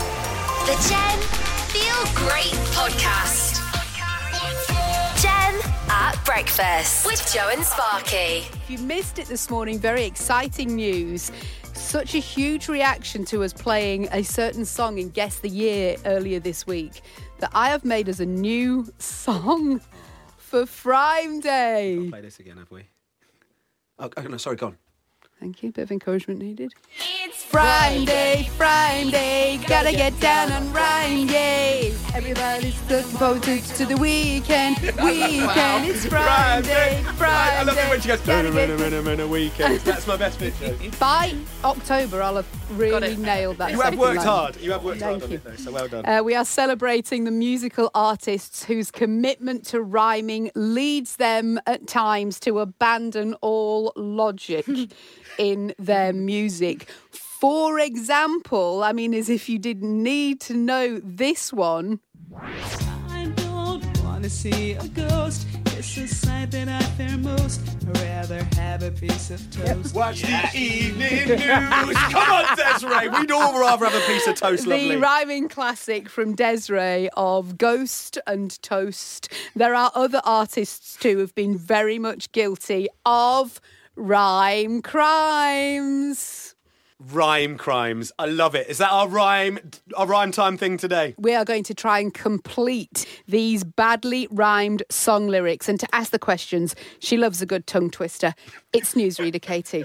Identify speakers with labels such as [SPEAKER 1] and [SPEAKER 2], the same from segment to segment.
[SPEAKER 1] The Jen Feel Great Podcast. Jen at Breakfast with Joe and Sparky.
[SPEAKER 2] If you missed it this morning, very exciting news. Such a huge reaction to us playing a certain song in Guess the Year earlier this week that I have made as a new song for Prime Day.
[SPEAKER 3] Play this again, have we? Oh, oh, no, sorry, gone.
[SPEAKER 2] Thank you, bit of encouragement needed. It's Friday, Friday, gotta get down on Friday. Everybody's looking forward to, to the weekend, weekend, it's Friday, Friday.
[SPEAKER 3] I love it when she goes,
[SPEAKER 2] gotta
[SPEAKER 3] "Rena,
[SPEAKER 2] get
[SPEAKER 3] Rena, Rena, Rena, weekend. That's my best picture. You
[SPEAKER 2] By October, I'll have really nailed that.
[SPEAKER 3] have
[SPEAKER 2] second
[SPEAKER 3] worked
[SPEAKER 2] line.
[SPEAKER 3] hard. You have worked hard
[SPEAKER 2] Thank
[SPEAKER 3] on
[SPEAKER 2] you.
[SPEAKER 3] it, though, so well done.
[SPEAKER 2] Uh, we are celebrating the musical artists whose commitment to rhyming leads them at times to abandon all logic in their music. For example, I mean, as if you didn't need to know this one.
[SPEAKER 4] I don't wanna see a ghost. It's the sight that I fear most. I'd rather have a piece of toast.
[SPEAKER 3] Watch the evening news. Come on, Desiree. We'd all rather have a piece of toast, lovely.
[SPEAKER 2] The rhyming classic from Desiree of Ghost and Toast. There are other artists too who've been very much guilty of rhyme crimes.
[SPEAKER 3] Rhyme crimes. I love it. Is that our rhyme, our rhyme time thing today?
[SPEAKER 2] We are going to try and complete these badly rhymed song lyrics and to ask the questions. She loves a good tongue twister. It's newsreader Katie.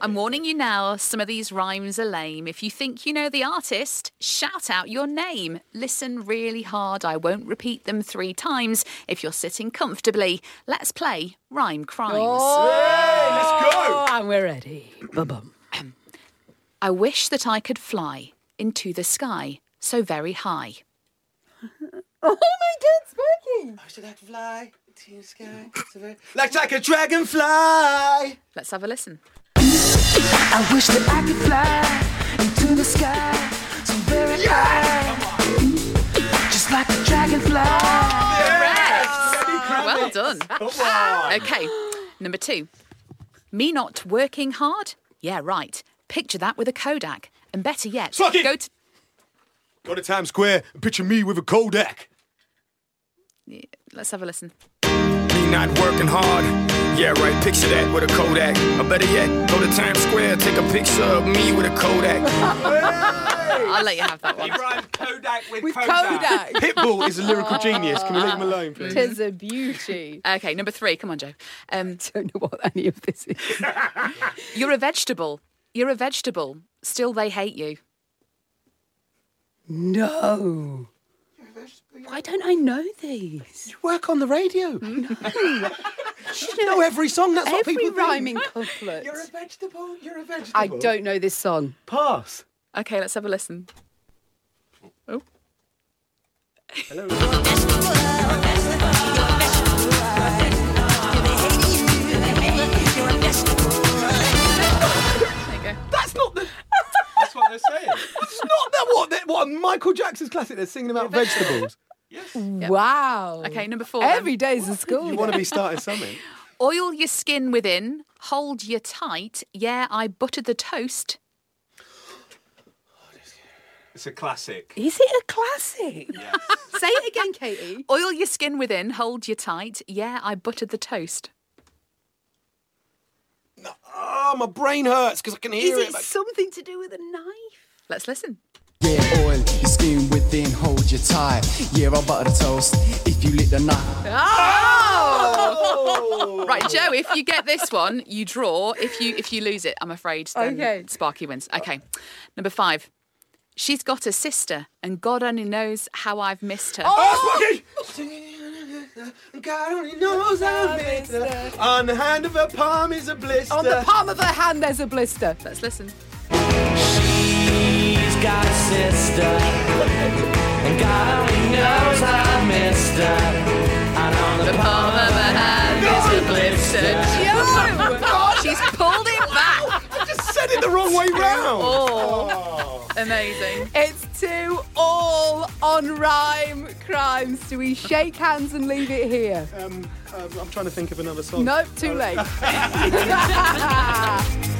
[SPEAKER 5] I'm warning you now, some of these rhymes are lame. If you think you know the artist, shout out your name. Listen really hard. I won't repeat them three times. If you're sitting comfortably, let's play Rhyme Crimes.
[SPEAKER 3] Let's go.
[SPEAKER 2] Oh, and we're ready. Ba-bum.
[SPEAKER 5] I wish that I could fly into the sky so very high.
[SPEAKER 2] Oh my God, Sparky!
[SPEAKER 3] Should I fly to the sky? Like, like a dragonfly.
[SPEAKER 5] Let's have a listen.
[SPEAKER 4] I wish that I could fly into the sky so very high. Just like a dragonfly.
[SPEAKER 5] Well done.
[SPEAKER 3] Come on.
[SPEAKER 5] Okay, number two. Me not working hard? Yeah, right. Picture that with a Kodak. And better yet,
[SPEAKER 3] Sparky!
[SPEAKER 5] go to.
[SPEAKER 3] Go to Times Square and picture me with a Kodak.
[SPEAKER 5] Let's have a listen.
[SPEAKER 6] Me not working hard. Yeah, right. Picture that with a Kodak. Or better yet, go to Times Square, take a picture of me with a Kodak.
[SPEAKER 5] I'll let you have that one.
[SPEAKER 3] Kodak
[SPEAKER 2] With Kodak.
[SPEAKER 3] Pitbull is a lyrical genius. Can we leave him alone, please?
[SPEAKER 2] Tis a beauty.
[SPEAKER 5] Okay, number three. Come on, Joe. Um,
[SPEAKER 2] Don't know what any of this is.
[SPEAKER 5] you're a vegetable. You're a vegetable. Still, they hate you.
[SPEAKER 2] No. Why don't I know these?
[SPEAKER 3] Work on the radio. You know every song. That's what
[SPEAKER 2] Every
[SPEAKER 3] people
[SPEAKER 2] rhyming couplet.
[SPEAKER 3] vegetable. You're a vegetable.
[SPEAKER 2] I don't know this song.
[SPEAKER 3] pass.
[SPEAKER 5] Okay, let's have a listen. Oh. Hello. There you go.
[SPEAKER 3] That's not the. That's what they're saying. It's not that what they- what a Michael Jackson's classic. They're singing about vegetables.
[SPEAKER 2] Wow.
[SPEAKER 5] Okay, number four. then.
[SPEAKER 2] Every day's a school.
[SPEAKER 3] You want to be starting something?
[SPEAKER 5] Oil your skin within. Hold you tight. Yeah, I buttered the toast.
[SPEAKER 3] It's a classic.
[SPEAKER 2] Is it a classic? Say it again, Katie.
[SPEAKER 5] Oil your skin within. Hold you tight. Yeah, I buttered the toast.
[SPEAKER 3] Oh, my brain hurts because I can hear
[SPEAKER 2] Is
[SPEAKER 3] it.
[SPEAKER 2] it something to do with a knife?
[SPEAKER 5] Let's listen.
[SPEAKER 7] Red oil, your skin within, hold your tie. Yeah, I'll butter the toast if you lit the night.
[SPEAKER 3] Oh,
[SPEAKER 5] Right, Joe, if you get this one, you draw. If you if you lose it, I'm afraid then
[SPEAKER 2] Okay.
[SPEAKER 5] Sparky wins. Okay. Number 5. She's got a sister and God only knows how I've missed her.
[SPEAKER 3] Oh, Sparky! God only knows how big the- On the hand of a palm is a blister.
[SPEAKER 2] On the palm of her hand, there's a blister.
[SPEAKER 5] Let's listen.
[SPEAKER 4] She's got a sister. And God only knows I missed her.
[SPEAKER 5] The palm of her hand is a
[SPEAKER 4] Oh
[SPEAKER 5] blister. Joe! Oh She's pulled it back.
[SPEAKER 3] I just said it the wrong way round.
[SPEAKER 5] Oh. Amazing.
[SPEAKER 2] It's two all on rhyme crimes. Do we shake hands and leave it here?
[SPEAKER 3] Um, um, I'm trying to think of another song.
[SPEAKER 2] Nope, too late.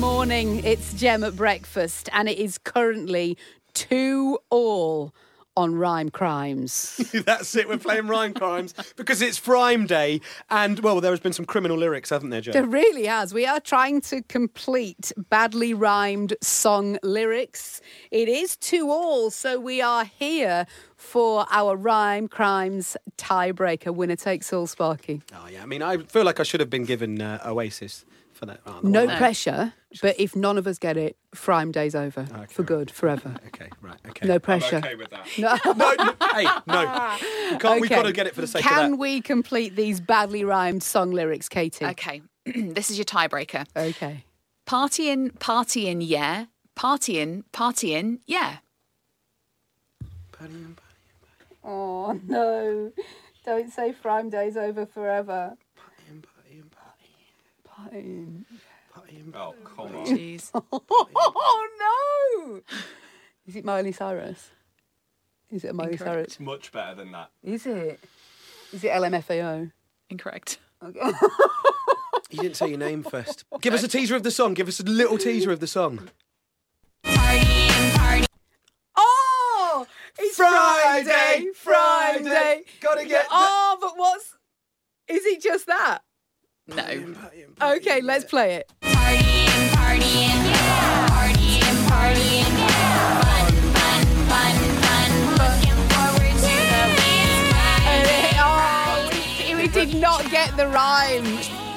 [SPEAKER 2] morning. It's Gem at breakfast, and it is currently two all on rhyme crimes.
[SPEAKER 3] That's it. We're playing rhyme crimes because it's Prime Day, and well, there has been some criminal lyrics, haven't there,
[SPEAKER 2] There
[SPEAKER 3] Joe?
[SPEAKER 2] really has. We are trying to complete badly rhymed song lyrics. It is two all, so we are here for our rhyme crimes tiebreaker. Winner takes all, Sparky.
[SPEAKER 3] Oh yeah. I mean, I feel like I should have been given uh, Oasis for that. Oh, that
[SPEAKER 2] No
[SPEAKER 3] one.
[SPEAKER 2] pressure, but if none of us get it, Prime Day's over for good, forever.
[SPEAKER 3] Okay. Right. Okay.
[SPEAKER 2] No pressure.
[SPEAKER 3] no, no, hey, no. We can't, We've
[SPEAKER 2] Okay.
[SPEAKER 3] got to get it for the sake
[SPEAKER 2] Can
[SPEAKER 3] of that.
[SPEAKER 2] we complete these badly rhymed song lyrics, Katie?
[SPEAKER 5] Okay, this is your tiebreaker.
[SPEAKER 2] Okay.
[SPEAKER 5] Partying, partying, yeah. Partying, partying, yeah.
[SPEAKER 2] Oh no! Don't say Prime Day's over forever. Pine.
[SPEAKER 8] Oh, come on.
[SPEAKER 5] Jeez.
[SPEAKER 2] Oh no! Is it Miley Cyrus? Is it a Miley
[SPEAKER 5] Incorrect.
[SPEAKER 8] Much better than that.
[SPEAKER 2] Cyrus? Is it? Is it LMFAO?
[SPEAKER 5] Incorrect.
[SPEAKER 3] You didn't say your name first. Give us a teaser of the song. Give us a little teaser of the song.
[SPEAKER 2] Oh! It's Friday, Friday.
[SPEAKER 3] Gotta get.
[SPEAKER 2] Oh, but what's? Is it just that?
[SPEAKER 5] No.
[SPEAKER 2] Okay, let's play it. Oh, we did not get the rhyme.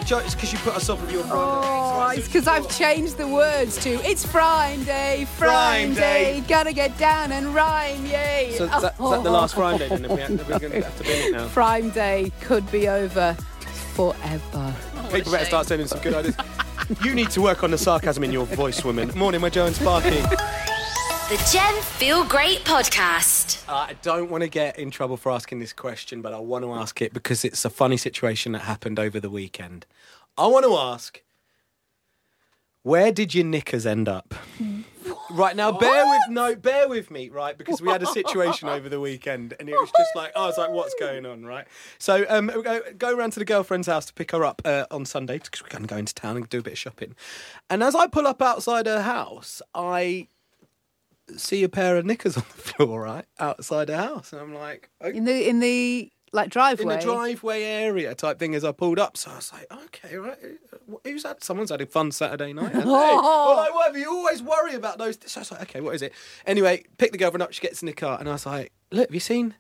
[SPEAKER 3] Joe, it's because you put us off with your
[SPEAKER 2] Oh, it's because I've changed the words to it's Friday,
[SPEAKER 3] Friday.
[SPEAKER 2] Friday, gotta get down and rhyme, yay.
[SPEAKER 3] So is that, is that the last rhyme day? Then if we have, if we're going to have to bin it now.
[SPEAKER 2] Prime Day could be over forever.
[SPEAKER 3] People better start sending some good ideas. You need to work on the sarcasm in your voice, woman. Morning, my Joe and Sparky.
[SPEAKER 1] The Gem Feel Great Podcast.
[SPEAKER 3] Uh, I don't want to get in trouble for asking this question, but I want to ask it because it's a funny situation that happened over the weekend. I want to ask, where did your knickers end up? Right now, bear with no, bear with me, right? Because we had a situation over the weekend, and it was just like I was like, "What's going on?" Right? So, um, we go, go round to the girlfriend's house to pick her up uh, on Sunday because we're going to go into town and do a bit of shopping. And as I pull up outside her house, I see a pair of knickers on the floor, right? Outside her house. And I'm like, okay.
[SPEAKER 2] In the in the like driveway.
[SPEAKER 3] In the driveway area type thing as I pulled up. So I was like, okay, right. who- Who's had someone's had a fun Saturday night? hasn't they? Or like, whatever. You always worry about those. So I was like, okay, what is it? Anyway, pick the girlfriend up. She gets in the car. And I was like, look, have you seen?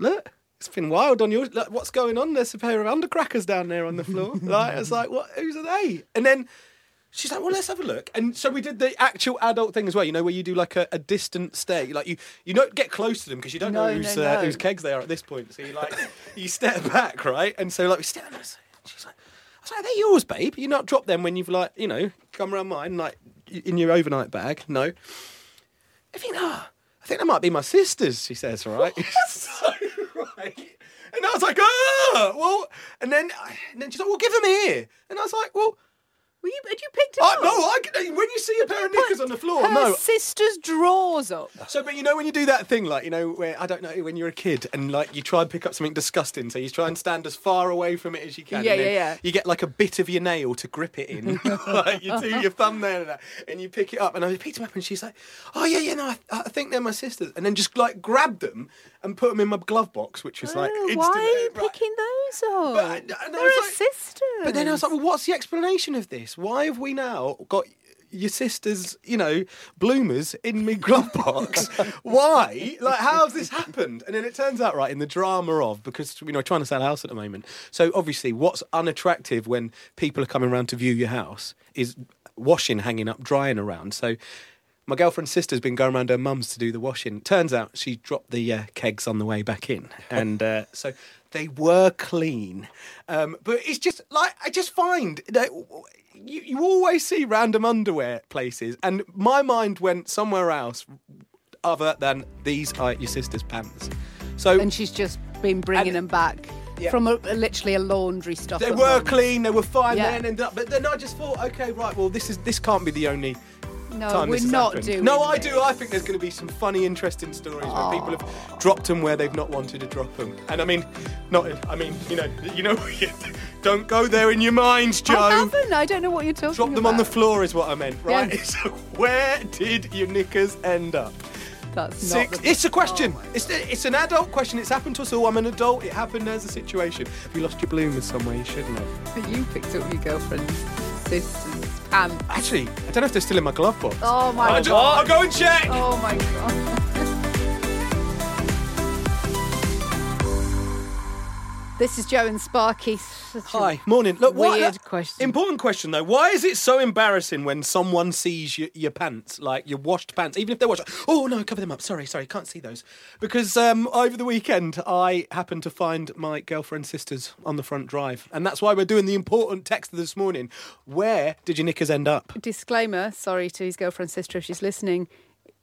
[SPEAKER 3] Look. It's been wild on your. Look, what's going on? There's a pair of undercrackers down there on the floor. like, I was like, what? Whose are they? And then She's like, well, let's have a look. And so we did the actual adult thing as well, you know, where you do like a, a distant stay. Like you, you don't get close to them because you don't know
[SPEAKER 2] No,
[SPEAKER 3] whose,
[SPEAKER 2] no,
[SPEAKER 3] uh,
[SPEAKER 2] no.
[SPEAKER 3] whose kegs they are at this point. So you like, you step back, right? And so like we step back. She's like, I was like, they're yours, babe. You not drop them when you've like, you know, come around mine, like in your overnight bag. No. I think, ah, I think that might be my sister's, she says, right? so right. And I was like, ah, well, and then, and then she's like, well, give them here. And I was like, well,
[SPEAKER 2] Were you, had you picked it
[SPEAKER 3] I,
[SPEAKER 2] up?
[SPEAKER 3] Oh, no, I can, when you see a pair of knickers on the floor,
[SPEAKER 2] Her
[SPEAKER 3] no.
[SPEAKER 2] sister's drawers up.
[SPEAKER 3] So, but you know when you do that thing, like you know, where I don't know, when you're a kid and like you try and pick up something disgusting, so you try and stand as far away from it as you can.
[SPEAKER 2] Yeah,
[SPEAKER 3] and then
[SPEAKER 2] yeah, yeah.
[SPEAKER 3] You get like a bit of your nail to grip it in, like you do your thumbnail and that, and you pick it up. And I picked them up, and she's like, "Oh yeah, yeah, no, I, I think they're my sisters." And then just like grabbed them and put them in my glove box, which was like,
[SPEAKER 2] Oh,
[SPEAKER 3] instant-
[SPEAKER 2] why are you
[SPEAKER 3] right.
[SPEAKER 2] picking those
[SPEAKER 3] But I-
[SPEAKER 2] up?
[SPEAKER 3] and I
[SPEAKER 2] They're
[SPEAKER 3] was
[SPEAKER 2] a
[SPEAKER 3] like-
[SPEAKER 2] sister.
[SPEAKER 3] But then I was like, well, what's the explanation of this? Why have we now got your sister's, you know, bloomers in me glove box? Why? Like, how's this happened? And then it turns out, right, in the drama of, because, you know, trying to sell a house at the moment. So obviously, what's unattractive when people are coming around to view your house is washing hanging up, drying around. So my girlfriend's sister's been going around her mum's to do the washing. Turns out she dropped the uh, kegs on the way back in, and uh, so they were clean. Um, but it's just like I just find that you, you always see random underwear places, and my mind went somewhere else other than these are your sister's pants. So
[SPEAKER 2] and she's just been bringing
[SPEAKER 3] And-
[SPEAKER 2] them back
[SPEAKER 3] Yeah.
[SPEAKER 2] from a, literally a laundry stock.
[SPEAKER 3] They
[SPEAKER 2] at
[SPEAKER 3] were
[SPEAKER 2] mum's.
[SPEAKER 3] clean. They were fine
[SPEAKER 2] Yeah.
[SPEAKER 3] then, and that- but then I just thought, okay, right. Well, this is this can't be the only
[SPEAKER 2] No,
[SPEAKER 3] time
[SPEAKER 2] we're
[SPEAKER 3] this has
[SPEAKER 2] not
[SPEAKER 3] happened.
[SPEAKER 2] doing
[SPEAKER 3] No, I
[SPEAKER 2] this.
[SPEAKER 3] do. I think there's going to be some funny, interesting stories where people have dropped them where they've not wanted to drop them. And I mean, not. I mean, you know, you know, don't go there in your mind, Joe.
[SPEAKER 2] I haven't. I don't know what you're talking
[SPEAKER 3] Drop them
[SPEAKER 2] about.
[SPEAKER 3] on the floor is what I meant,
[SPEAKER 2] Yeah.
[SPEAKER 3] right? So where did your knickers end up?
[SPEAKER 2] That's not.
[SPEAKER 3] Six.
[SPEAKER 2] The... Oh
[SPEAKER 3] It's a question. it's it's an adult question. It's happened to us all. I'm an adult. It happened. There's a situation. If you lost your bloomers somewhere, you shouldn't have.
[SPEAKER 2] You picked up your girlfriend's sister's pants.
[SPEAKER 3] Actually, I don't know if they're still in my glove box.
[SPEAKER 2] Oh my
[SPEAKER 3] I'll,
[SPEAKER 2] god.
[SPEAKER 3] ju- I'll go and check.
[SPEAKER 2] Oh my god. This is Joe and Sparky. Such a-
[SPEAKER 3] Hi, morning. Look, what,
[SPEAKER 2] Weird
[SPEAKER 3] look,
[SPEAKER 2] question.
[SPEAKER 3] Important question though. Why is it so embarrassing when someone sees your, your pants, like your washed pants, even if they're washed? Oh no, cover them up. Sorry, sorry, can't see those. Because um, over the weekend, I happened to find my girlfriend's sisters on the front drive, and that's why we're doing the important text this morning. Where did your knickers end up?
[SPEAKER 2] Disclaimer. Sorry to his girlfriend's sister if she's listening.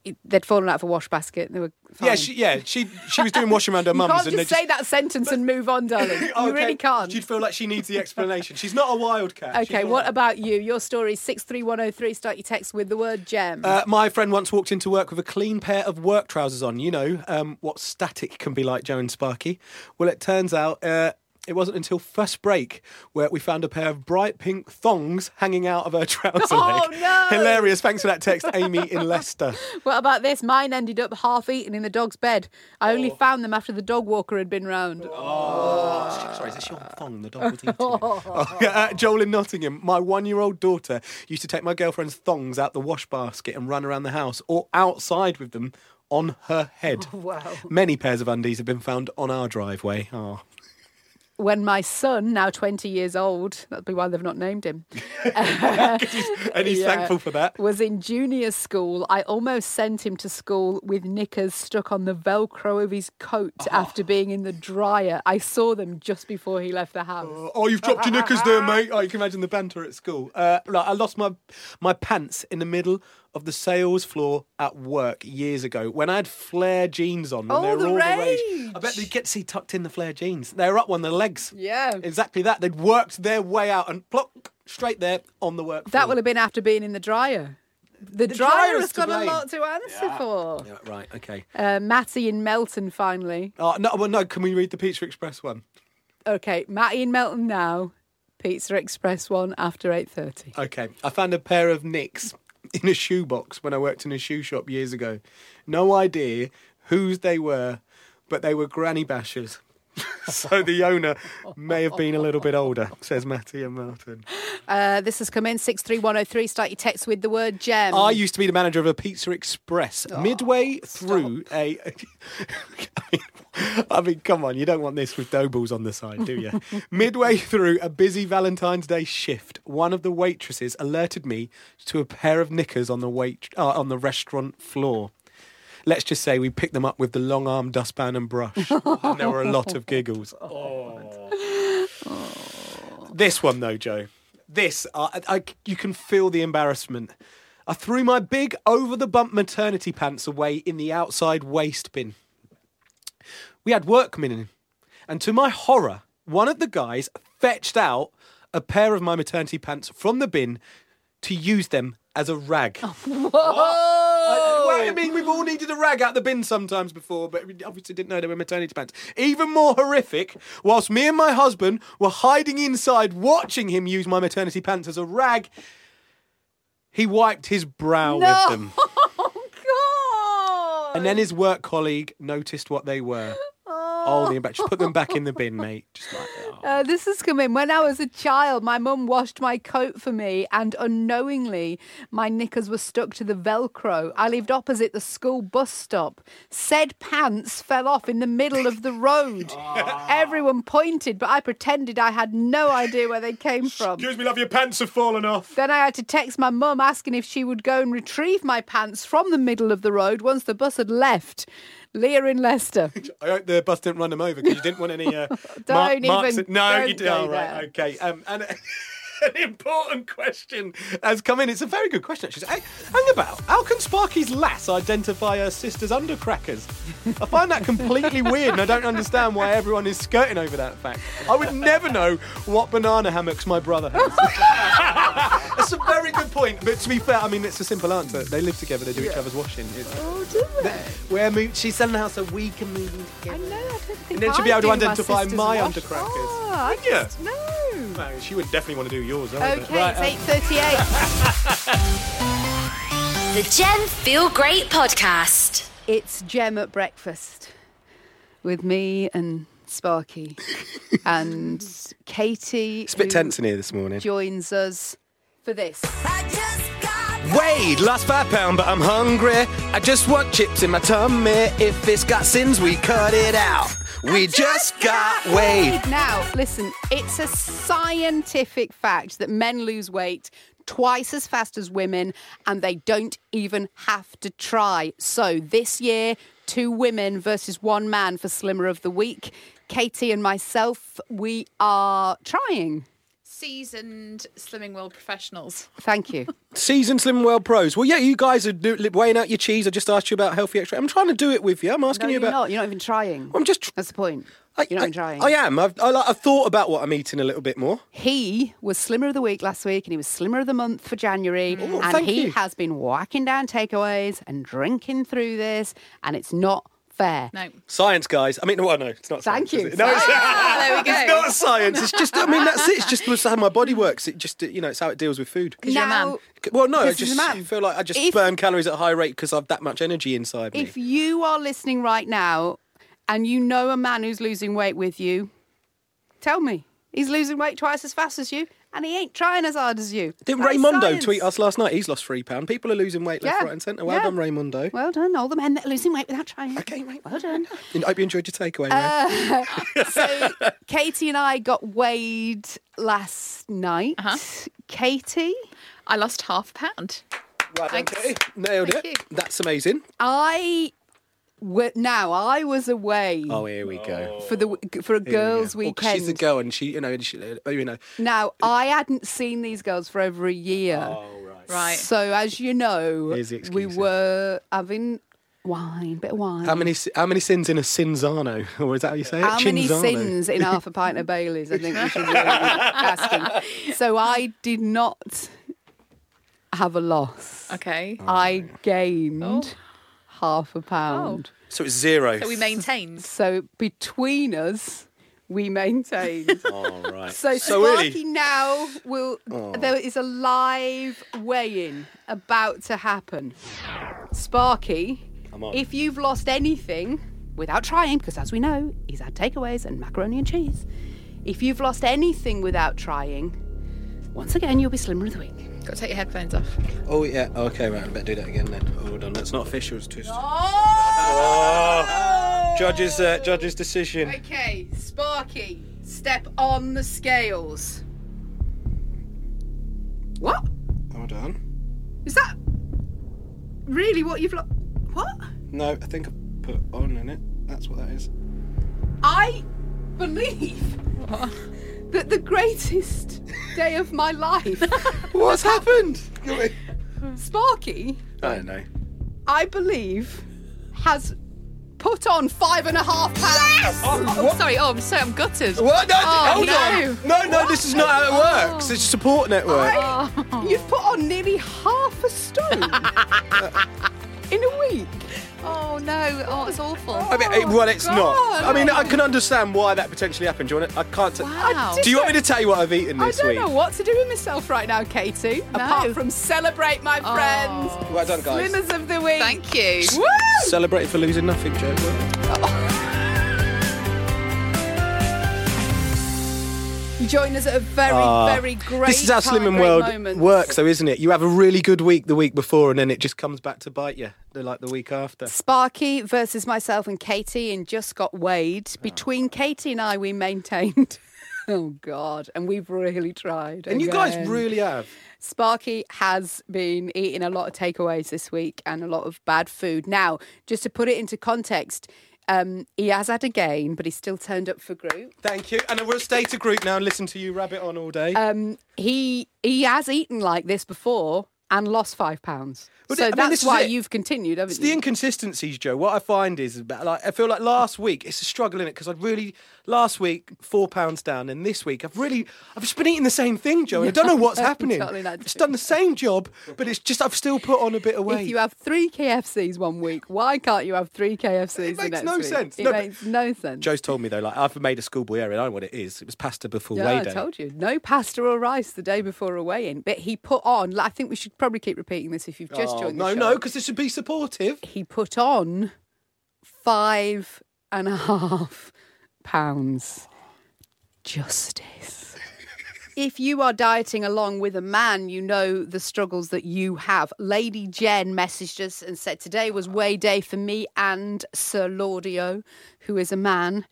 [SPEAKER 2] It- They'd fallen out of a wash basket. They were. Fine.
[SPEAKER 3] Yeah, she, yeah, she she was doing washing around her
[SPEAKER 2] You
[SPEAKER 3] mum's,
[SPEAKER 2] can't
[SPEAKER 3] and they
[SPEAKER 2] just
[SPEAKER 3] just.
[SPEAKER 2] say that sentence and move on, darling. You
[SPEAKER 3] Okay,
[SPEAKER 2] really can't.
[SPEAKER 3] She'd feel like she needs the explanation. She's not a wildcat. She's
[SPEAKER 2] Okay,
[SPEAKER 3] all
[SPEAKER 2] what
[SPEAKER 3] right.
[SPEAKER 2] about you? Your story is 63103. Start your text with the word gem.
[SPEAKER 3] Uh, my friend once walked into work with a clean pair of work trousers on. You know um, what static can be like, Joe and Sparky. Well, it turns out uh, it wasn't until first break where we found a pair of bright pink thongs hanging out of her trouser
[SPEAKER 2] Oh,
[SPEAKER 3] leg.
[SPEAKER 2] no.
[SPEAKER 3] Hilarious! Thanks for that text, Amy in Leicester.
[SPEAKER 2] what about this? Mine ended up half eaten in the dog's bed. I only
[SPEAKER 3] Oh.
[SPEAKER 2] found them after the dog walker had been round.
[SPEAKER 3] Sorry, is this
[SPEAKER 2] Uh,
[SPEAKER 3] your thong? The dog was eating. it? Oh, uh, Joel in Nottingham. My one-year-old daughter used to take my girlfriend's thongs out the wash basket and run around the house or outside with them on her head.
[SPEAKER 2] Wow.
[SPEAKER 3] Many pairs of undies have been found on our driveway. Oh.
[SPEAKER 2] When my son, now 20 years old, that'd be why they've not named him,
[SPEAKER 3] And he's
[SPEAKER 2] Yeah.
[SPEAKER 3] thankful for that.
[SPEAKER 2] was in junior school, I almost sent him to school with knickers stuck on the Velcro of his coat
[SPEAKER 3] Oh.
[SPEAKER 2] after being in the dryer. I saw them just before he left the house.
[SPEAKER 3] Oh, you've dropped your knickers there, mate. Oh, you can imagine the banter at school. Uh, like, I lost my my pants in the middle of the sales floor at work years ago when I had flare jeans on. when
[SPEAKER 2] Oh,
[SPEAKER 3] they were
[SPEAKER 2] the
[SPEAKER 3] all the rage.
[SPEAKER 2] rage.
[SPEAKER 3] I bet they get to see tucked in the flare jeans. They're up on the legs.
[SPEAKER 2] Yeah.
[SPEAKER 3] Exactly that. They'd worked their way out and plop, straight there on the work
[SPEAKER 2] That
[SPEAKER 3] floor.
[SPEAKER 2] will have been after being in the dryer. The, dryer
[SPEAKER 3] dryer
[SPEAKER 2] has
[SPEAKER 3] is to
[SPEAKER 2] got a
[SPEAKER 3] blame.
[SPEAKER 2] lot to answer for.
[SPEAKER 3] Yeah, right, okay.
[SPEAKER 2] Uh, Matty in Melton, finally.
[SPEAKER 3] Oh, no, well, no, can we read the Pizza Express one?
[SPEAKER 2] Okay, Matty in Melton now. Pizza Express one after eight thirty.
[SPEAKER 3] Okay. I found a pair of Knicks in a shoebox when I worked in a shoe shop years ago. No idea whose they were, but they were granny bashers. so the owner may have been a little bit older, says Matty and Martin.
[SPEAKER 2] Uh, this has come in six three one zero three. Start your text with the word gem.
[SPEAKER 3] I used to be the manager of a Pizza Express. Midway through a. I mean, I mean, come on, you don't want this with dough balls on the side, do you? Midway through a busy Valentine's Day shift, one of the waitresses alerted me to a pair of knickers on the wait uh, on the restaurant floor. Let's just say we picked them up with the long arm dustpan and brush, and there were a lot of giggles. This one though, Joe. This I, I, you can feel the embarrassment. I threw my big over the bump maternity pants away in the outside waste bin. We had workmen in, and to my horror, one of the guys fetched out a pair of my maternity pants from the bin to use them as a rag. I, well, I mean, we've all needed a rag out the bin sometimes before, but we obviously didn't know they were maternity pants. Even more horrific, whilst me and my husband were hiding inside watching him use my maternity pants as a rag, he wiped his brow
[SPEAKER 2] No.
[SPEAKER 3] with them.
[SPEAKER 2] God.
[SPEAKER 3] And then his work colleague noticed what they were. Oh, the embarrassment. Just put them back in the bin, mate. Just like oh. that.
[SPEAKER 2] Uh, this has come in. When I was a child, my mum washed my coat for me, and unknowingly, my knickers were stuck to the Velcro. I lived opposite the school bus stop. Said pants fell off in the middle of the road. Everyone pointed, but I pretended I had no idea where they came from.
[SPEAKER 3] Excuse me, love, your pants have fallen off.
[SPEAKER 2] Then I had to text my mum asking if she would go and retrieve my pants from the middle of the road once the bus had left. Leah in Leicester.
[SPEAKER 3] I hope the bus didn't run them over because you didn't want any. Uh, don't
[SPEAKER 2] Don't
[SPEAKER 3] marks.
[SPEAKER 2] even-
[SPEAKER 3] No,
[SPEAKER 2] don't
[SPEAKER 3] you did.
[SPEAKER 2] go
[SPEAKER 3] All right, okay. Um, and an important question has come in. It's a very good question, actually. Hang, hang about. How can Sparky's lass identify her sister's undercrackers? I find that completely weird, and I don't understand why everyone is skirting over that fact. I would never know what banana hammocks my brother has. That's a very very good point. But to be fair, I mean, it's a simple answer. They live together. They do each other's washing. It's,
[SPEAKER 2] Oh, do they?
[SPEAKER 3] we're mo- she's selling the house so we can move in
[SPEAKER 2] I
[SPEAKER 3] together.
[SPEAKER 2] know. I don't think
[SPEAKER 3] And then she'll be
[SPEAKER 2] I'd
[SPEAKER 3] able to
[SPEAKER 2] do my
[SPEAKER 3] identify
[SPEAKER 2] sister's
[SPEAKER 3] my
[SPEAKER 2] wash.
[SPEAKER 3] undercrackers. Ah,
[SPEAKER 2] Oh, I
[SPEAKER 3] Would ya?
[SPEAKER 2] just no.
[SPEAKER 3] No, she would definitely want to do yours. I wouldn't.
[SPEAKER 2] Okay, it's eight thirty-eight.
[SPEAKER 1] The Jen Feel Great Podcast.
[SPEAKER 2] it's Gem at breakfast with me and Sparky and Katie.
[SPEAKER 3] It's a bit tense in here this morning.
[SPEAKER 2] Joins us for this.
[SPEAKER 3] Weighed, lost five pound, but I'm hungry. I just want chips in my tummy. If it's got sins, we cut it out. We just got weighed.
[SPEAKER 2] Now, listen, it's a scientific fact that men lose weight twice as fast as women and they don't even have to try. So this year, two women versus one man for Slimmer of the Week. Katie and myself, we are trying.
[SPEAKER 5] Seasoned Slimming World professionals.
[SPEAKER 2] Thank you.
[SPEAKER 3] Season Slim World Pros. Well, yeah, you guys are do- weighing out your cheese. I just asked you about healthy extra. I'm trying to do it with you. I'm
[SPEAKER 2] No,
[SPEAKER 3] asking you
[SPEAKER 2] you're
[SPEAKER 3] about.
[SPEAKER 2] not. You're not even trying.
[SPEAKER 3] I'm just. Tr-
[SPEAKER 2] That's the point.
[SPEAKER 3] I,
[SPEAKER 2] You're not
[SPEAKER 3] I-
[SPEAKER 2] even trying.
[SPEAKER 3] I am. I've, I, like- I've thought about what I'm eating a little bit more.
[SPEAKER 2] He was Slimmer of the Week last week and he was Slimmer of the Month for January.
[SPEAKER 5] Mm. Oh,
[SPEAKER 2] and
[SPEAKER 3] thank
[SPEAKER 2] he
[SPEAKER 3] you.
[SPEAKER 2] has been whacking down takeaways and drinking through this, and it's not fair.
[SPEAKER 5] No.
[SPEAKER 3] Science, guys. I mean, well, no, it's not.
[SPEAKER 2] Thank
[SPEAKER 3] science,
[SPEAKER 2] you.
[SPEAKER 3] is it? No, it's,
[SPEAKER 5] Ah, there we go.
[SPEAKER 3] it's not science. It's just. I mean, that's it. It's just it's how my body works. It just, you know, it's how it deals with food.
[SPEAKER 5] you're a man.
[SPEAKER 3] Well, no, I
[SPEAKER 2] This is
[SPEAKER 3] just
[SPEAKER 2] a man.
[SPEAKER 3] feel like I just
[SPEAKER 2] If-
[SPEAKER 3] burn calories at a high rate because I've that much energy inside me.
[SPEAKER 2] if you are listening right now and you know a man who's losing weight with you, tell me. He's losing weight twice as fast as you, and he ain't trying as hard as you.
[SPEAKER 3] Didn't
[SPEAKER 2] That's
[SPEAKER 3] Raymondo
[SPEAKER 2] science.
[SPEAKER 3] tweet us last night? He's lost three pound. People are losing weight left,
[SPEAKER 2] Yeah.
[SPEAKER 3] right, and centre. Well
[SPEAKER 2] Yeah.
[SPEAKER 3] done, Raymondo.
[SPEAKER 2] Well done, all the men that are losing weight without trying.
[SPEAKER 3] okay, mate.
[SPEAKER 2] Well done.
[SPEAKER 3] I hope you enjoyed your
[SPEAKER 2] Uh,
[SPEAKER 3] takeaway.
[SPEAKER 2] so Katie and I got weighed last night.
[SPEAKER 5] Uh-huh.
[SPEAKER 2] Katie,
[SPEAKER 5] I lost half a pound.
[SPEAKER 3] Ray.
[SPEAKER 5] thanks.
[SPEAKER 3] Nailed
[SPEAKER 5] Thank
[SPEAKER 3] it.
[SPEAKER 5] you.
[SPEAKER 3] That's amazing.
[SPEAKER 2] I wa now I was away
[SPEAKER 3] Oh, here we go.
[SPEAKER 2] for the w- for a girls'
[SPEAKER 3] Well, 'cause
[SPEAKER 2] weekend.
[SPEAKER 3] she's a girl, and she, you know, she, uh, you know,
[SPEAKER 2] now I hadn't seen these girls for over a year.
[SPEAKER 5] Right.
[SPEAKER 2] So as you know,
[SPEAKER 3] Oh. Here's the
[SPEAKER 2] we
[SPEAKER 3] excuses.
[SPEAKER 2] were having wine, bit of wine.
[SPEAKER 3] how many si- how many sins in a sinzano, or is that how you say it?
[SPEAKER 2] Hmm. How many
[SPEAKER 3] Cinzano.
[SPEAKER 2] sins in half a pint of Bailey's? I think we should really be asking. So I did not have a loss.
[SPEAKER 5] Okay.
[SPEAKER 2] I gained
[SPEAKER 5] Oh.
[SPEAKER 2] half a pound.
[SPEAKER 3] So it's zero.
[SPEAKER 5] So we maintained.
[SPEAKER 2] So between us, we maintained.
[SPEAKER 3] All right.
[SPEAKER 2] So,
[SPEAKER 3] So
[SPEAKER 2] Sparky
[SPEAKER 3] really-
[SPEAKER 2] now will. There is a live weigh-in about to happen. Sparky,
[SPEAKER 3] I'm on.
[SPEAKER 2] if you've lost anything without trying, because as we know, he's had takeaways and macaroni and cheese. If you've lost anything without trying, once again you'll be slimmer of the week.
[SPEAKER 5] Got to take your headphones off.
[SPEAKER 3] Oh yeah. Okay, right. I better do that again then. Hold on. That's not official. It's twist. Judge's uh, judge's decision.
[SPEAKER 2] Oh! Okay, Sparky, step on the scales. What?
[SPEAKER 3] Hold on.
[SPEAKER 2] Is that really what you've lost? What?
[SPEAKER 3] No, I think I put on in it. That's what that is.
[SPEAKER 2] I believe that the greatest day of my life,
[SPEAKER 3] What's happened? I
[SPEAKER 2] Sparky,
[SPEAKER 3] don't know.
[SPEAKER 2] I believe, has put on five and a half pounds.
[SPEAKER 5] Oh, sorry. Oh, I'm sorry. I'm gutted.
[SPEAKER 3] What? No,
[SPEAKER 2] Oh,
[SPEAKER 3] hold
[SPEAKER 5] no.
[SPEAKER 3] on. No, no, this is not how it works. It's a support network.
[SPEAKER 2] Oh, I- You've put on nearly half a stone in a week.
[SPEAKER 5] Oh no. Oh, it's awful.
[SPEAKER 3] I mean, it- well, it's not.
[SPEAKER 2] God.
[SPEAKER 3] I mean, I can understand why that potentially happened. Do you want to, I can't. T-
[SPEAKER 5] Wow.
[SPEAKER 3] Do you want me to tell you what I've eaten
[SPEAKER 2] I
[SPEAKER 3] this
[SPEAKER 2] don't
[SPEAKER 3] week?
[SPEAKER 2] know what to do with myself right now, Katie. Apart from celebrate my friends,
[SPEAKER 3] Well done, guys.
[SPEAKER 2] winners of the week.
[SPEAKER 5] Thank you.
[SPEAKER 2] Woo!
[SPEAKER 3] Celebrated for losing nothing, Joe.
[SPEAKER 2] You join us at a very, very great.
[SPEAKER 3] Ah. This is how
[SPEAKER 2] time,
[SPEAKER 3] Slimming
[SPEAKER 2] great
[SPEAKER 3] World
[SPEAKER 2] moments.
[SPEAKER 3] works, though, isn't it? You have a really good week the week before, and then it just comes back to bite you, like the week after.
[SPEAKER 2] Sparky versus myself and Katie and just got weighed. Between Katie and I, we maintained. Oh God! And we've really tried.
[SPEAKER 3] And you guys
[SPEAKER 2] again.
[SPEAKER 3] really have.
[SPEAKER 2] Sparky has been eating a lot of takeaways this week and a lot of bad food. Now, just to put it into context, um, he has had a gain, but he still turned up for group.
[SPEAKER 3] Thank you. And we'll stay
[SPEAKER 2] Um,
[SPEAKER 3] to group now and listen to you rabbit on all day.
[SPEAKER 2] he he has eaten like this before and lost five pounds.
[SPEAKER 3] But
[SPEAKER 2] so
[SPEAKER 3] I mean, this
[SPEAKER 2] that's
[SPEAKER 3] is
[SPEAKER 2] why
[SPEAKER 3] it.
[SPEAKER 2] you've continued, haven't
[SPEAKER 3] It's the
[SPEAKER 2] you?
[SPEAKER 3] inconsistencies, Joe. What I find is about like I feel like last week it's a struggle in it because I really last week four pounds down, and this week I've really I've just been eating the same thing, Joe. And I don't know what's happening.
[SPEAKER 2] Totally not
[SPEAKER 3] it's
[SPEAKER 2] true.
[SPEAKER 3] done the same job, but it's just I've still put on a bit of weight.
[SPEAKER 2] if you have three KFCs one week, why can't you have three KFCs the
[SPEAKER 3] makes
[SPEAKER 2] next
[SPEAKER 3] no
[SPEAKER 2] week?
[SPEAKER 3] sense.
[SPEAKER 2] It
[SPEAKER 3] No, but-
[SPEAKER 2] makes no sense.
[SPEAKER 3] Joe's told me though, like I've made a schoolboy error. I know what it is. It was pasta before
[SPEAKER 2] Yeah,
[SPEAKER 3] weigh
[SPEAKER 2] I
[SPEAKER 3] day.
[SPEAKER 2] told you. No pasta or rice the day before a weigh in. But he put on, like, I think we should probably keep repeating this if you've just
[SPEAKER 3] Oh,
[SPEAKER 2] joined
[SPEAKER 3] no,
[SPEAKER 2] the show.
[SPEAKER 3] no, because this should be supportive.
[SPEAKER 2] He put on five and a half pounds. Justice. If you are dieting along with a man, you know the struggles that you have. Lady Jen messaged us and said, Today was weigh day for me and Sir Laudio, who is a man.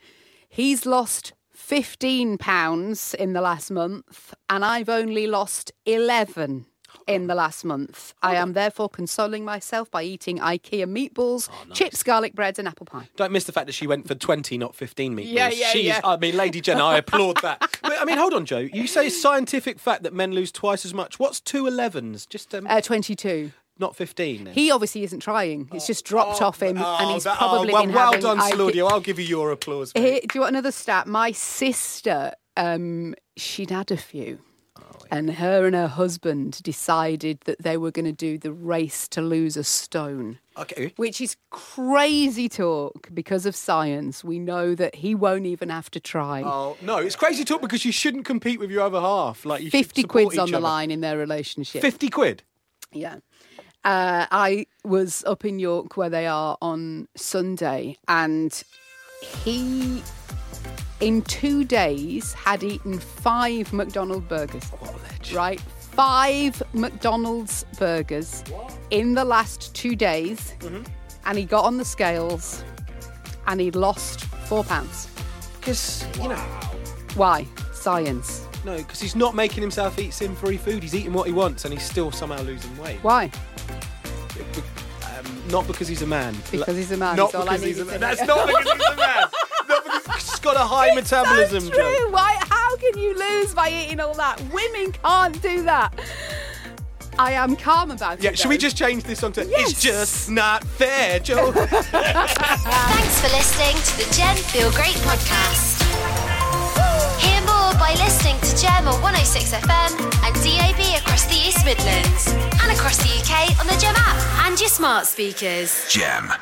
[SPEAKER 2] He's lost 15 pounds in the last month, and I've only lost 11 in the last month. I am therefore consoling myself by eating IKEA meatballs,
[SPEAKER 3] Oh,
[SPEAKER 2] chips, garlic bread, and apple pie.
[SPEAKER 3] Don't miss the fact that she went for 20, not 15 meatballs.
[SPEAKER 2] Yeah, yeah,
[SPEAKER 3] She's,
[SPEAKER 2] yeah.
[SPEAKER 3] I mean, Lady Jenna, I applaud that. But, I mean, hold on, Joe. You say it's scientific fact that men lose twice as much. What's two 11s? Just um,
[SPEAKER 2] Uh, 22.
[SPEAKER 3] not 15. Then.
[SPEAKER 2] He obviously isn't trying. It's just dropped off him, and he's
[SPEAKER 3] that- oh,
[SPEAKER 2] probably
[SPEAKER 3] well,
[SPEAKER 2] been
[SPEAKER 3] well
[SPEAKER 2] having
[SPEAKER 3] done,
[SPEAKER 2] IP
[SPEAKER 3] Slaudio. I'll give you your applause. mate.
[SPEAKER 2] Here, do you want another stat? My sister, um, she'd had a few.
[SPEAKER 3] Oh,
[SPEAKER 2] And her and her husband decided that they were going to do the race to lose a stone,
[SPEAKER 3] okay.
[SPEAKER 2] which is crazy talk because of science. We know that he won't even have to try.
[SPEAKER 3] Oh no, it's crazy talk because you shouldn't compete with your other half. Like you should
[SPEAKER 2] 50
[SPEAKER 3] support
[SPEAKER 2] quid's on
[SPEAKER 3] each
[SPEAKER 2] the
[SPEAKER 3] other.
[SPEAKER 2] line in their relationship.
[SPEAKER 3] Fifty quid.
[SPEAKER 2] Yeah. Uh, I was up in York where they are on Sunday, and he, in two days, had eaten five McDonald's burgers. Right? Five McDonald's burgers in the last two days, and he got on the scales and he lost four pounds.
[SPEAKER 3] Because you know,
[SPEAKER 2] Why? Science.
[SPEAKER 3] no, because he's not making himself eat sin-free food. He's eating what he wants, and he's still somehow losing weight.
[SPEAKER 2] Why?
[SPEAKER 3] Um, not because he's a man.
[SPEAKER 2] Because he's a man,
[SPEAKER 3] Not
[SPEAKER 2] that's all I
[SPEAKER 3] because he's a
[SPEAKER 2] needed
[SPEAKER 3] man.
[SPEAKER 2] to know.
[SPEAKER 3] That's not because he's a man. Not because he's got a high metabolism.
[SPEAKER 2] So
[SPEAKER 3] Joe.
[SPEAKER 2] true. Why? How can you lose by eating all that? Women can't do that. I am calm about it.
[SPEAKER 3] Yeah, should we
[SPEAKER 2] though.
[SPEAKER 3] just change this onto
[SPEAKER 2] Yes.
[SPEAKER 3] It's just not fair, Joe?
[SPEAKER 1] Thanks for listening to the Jen Feel Great podcast. Hear more by listening to Gem on 106 FM and DAB across the East Midlands and across the UK on the Gem app and your smart speakers.
[SPEAKER 6] Gem.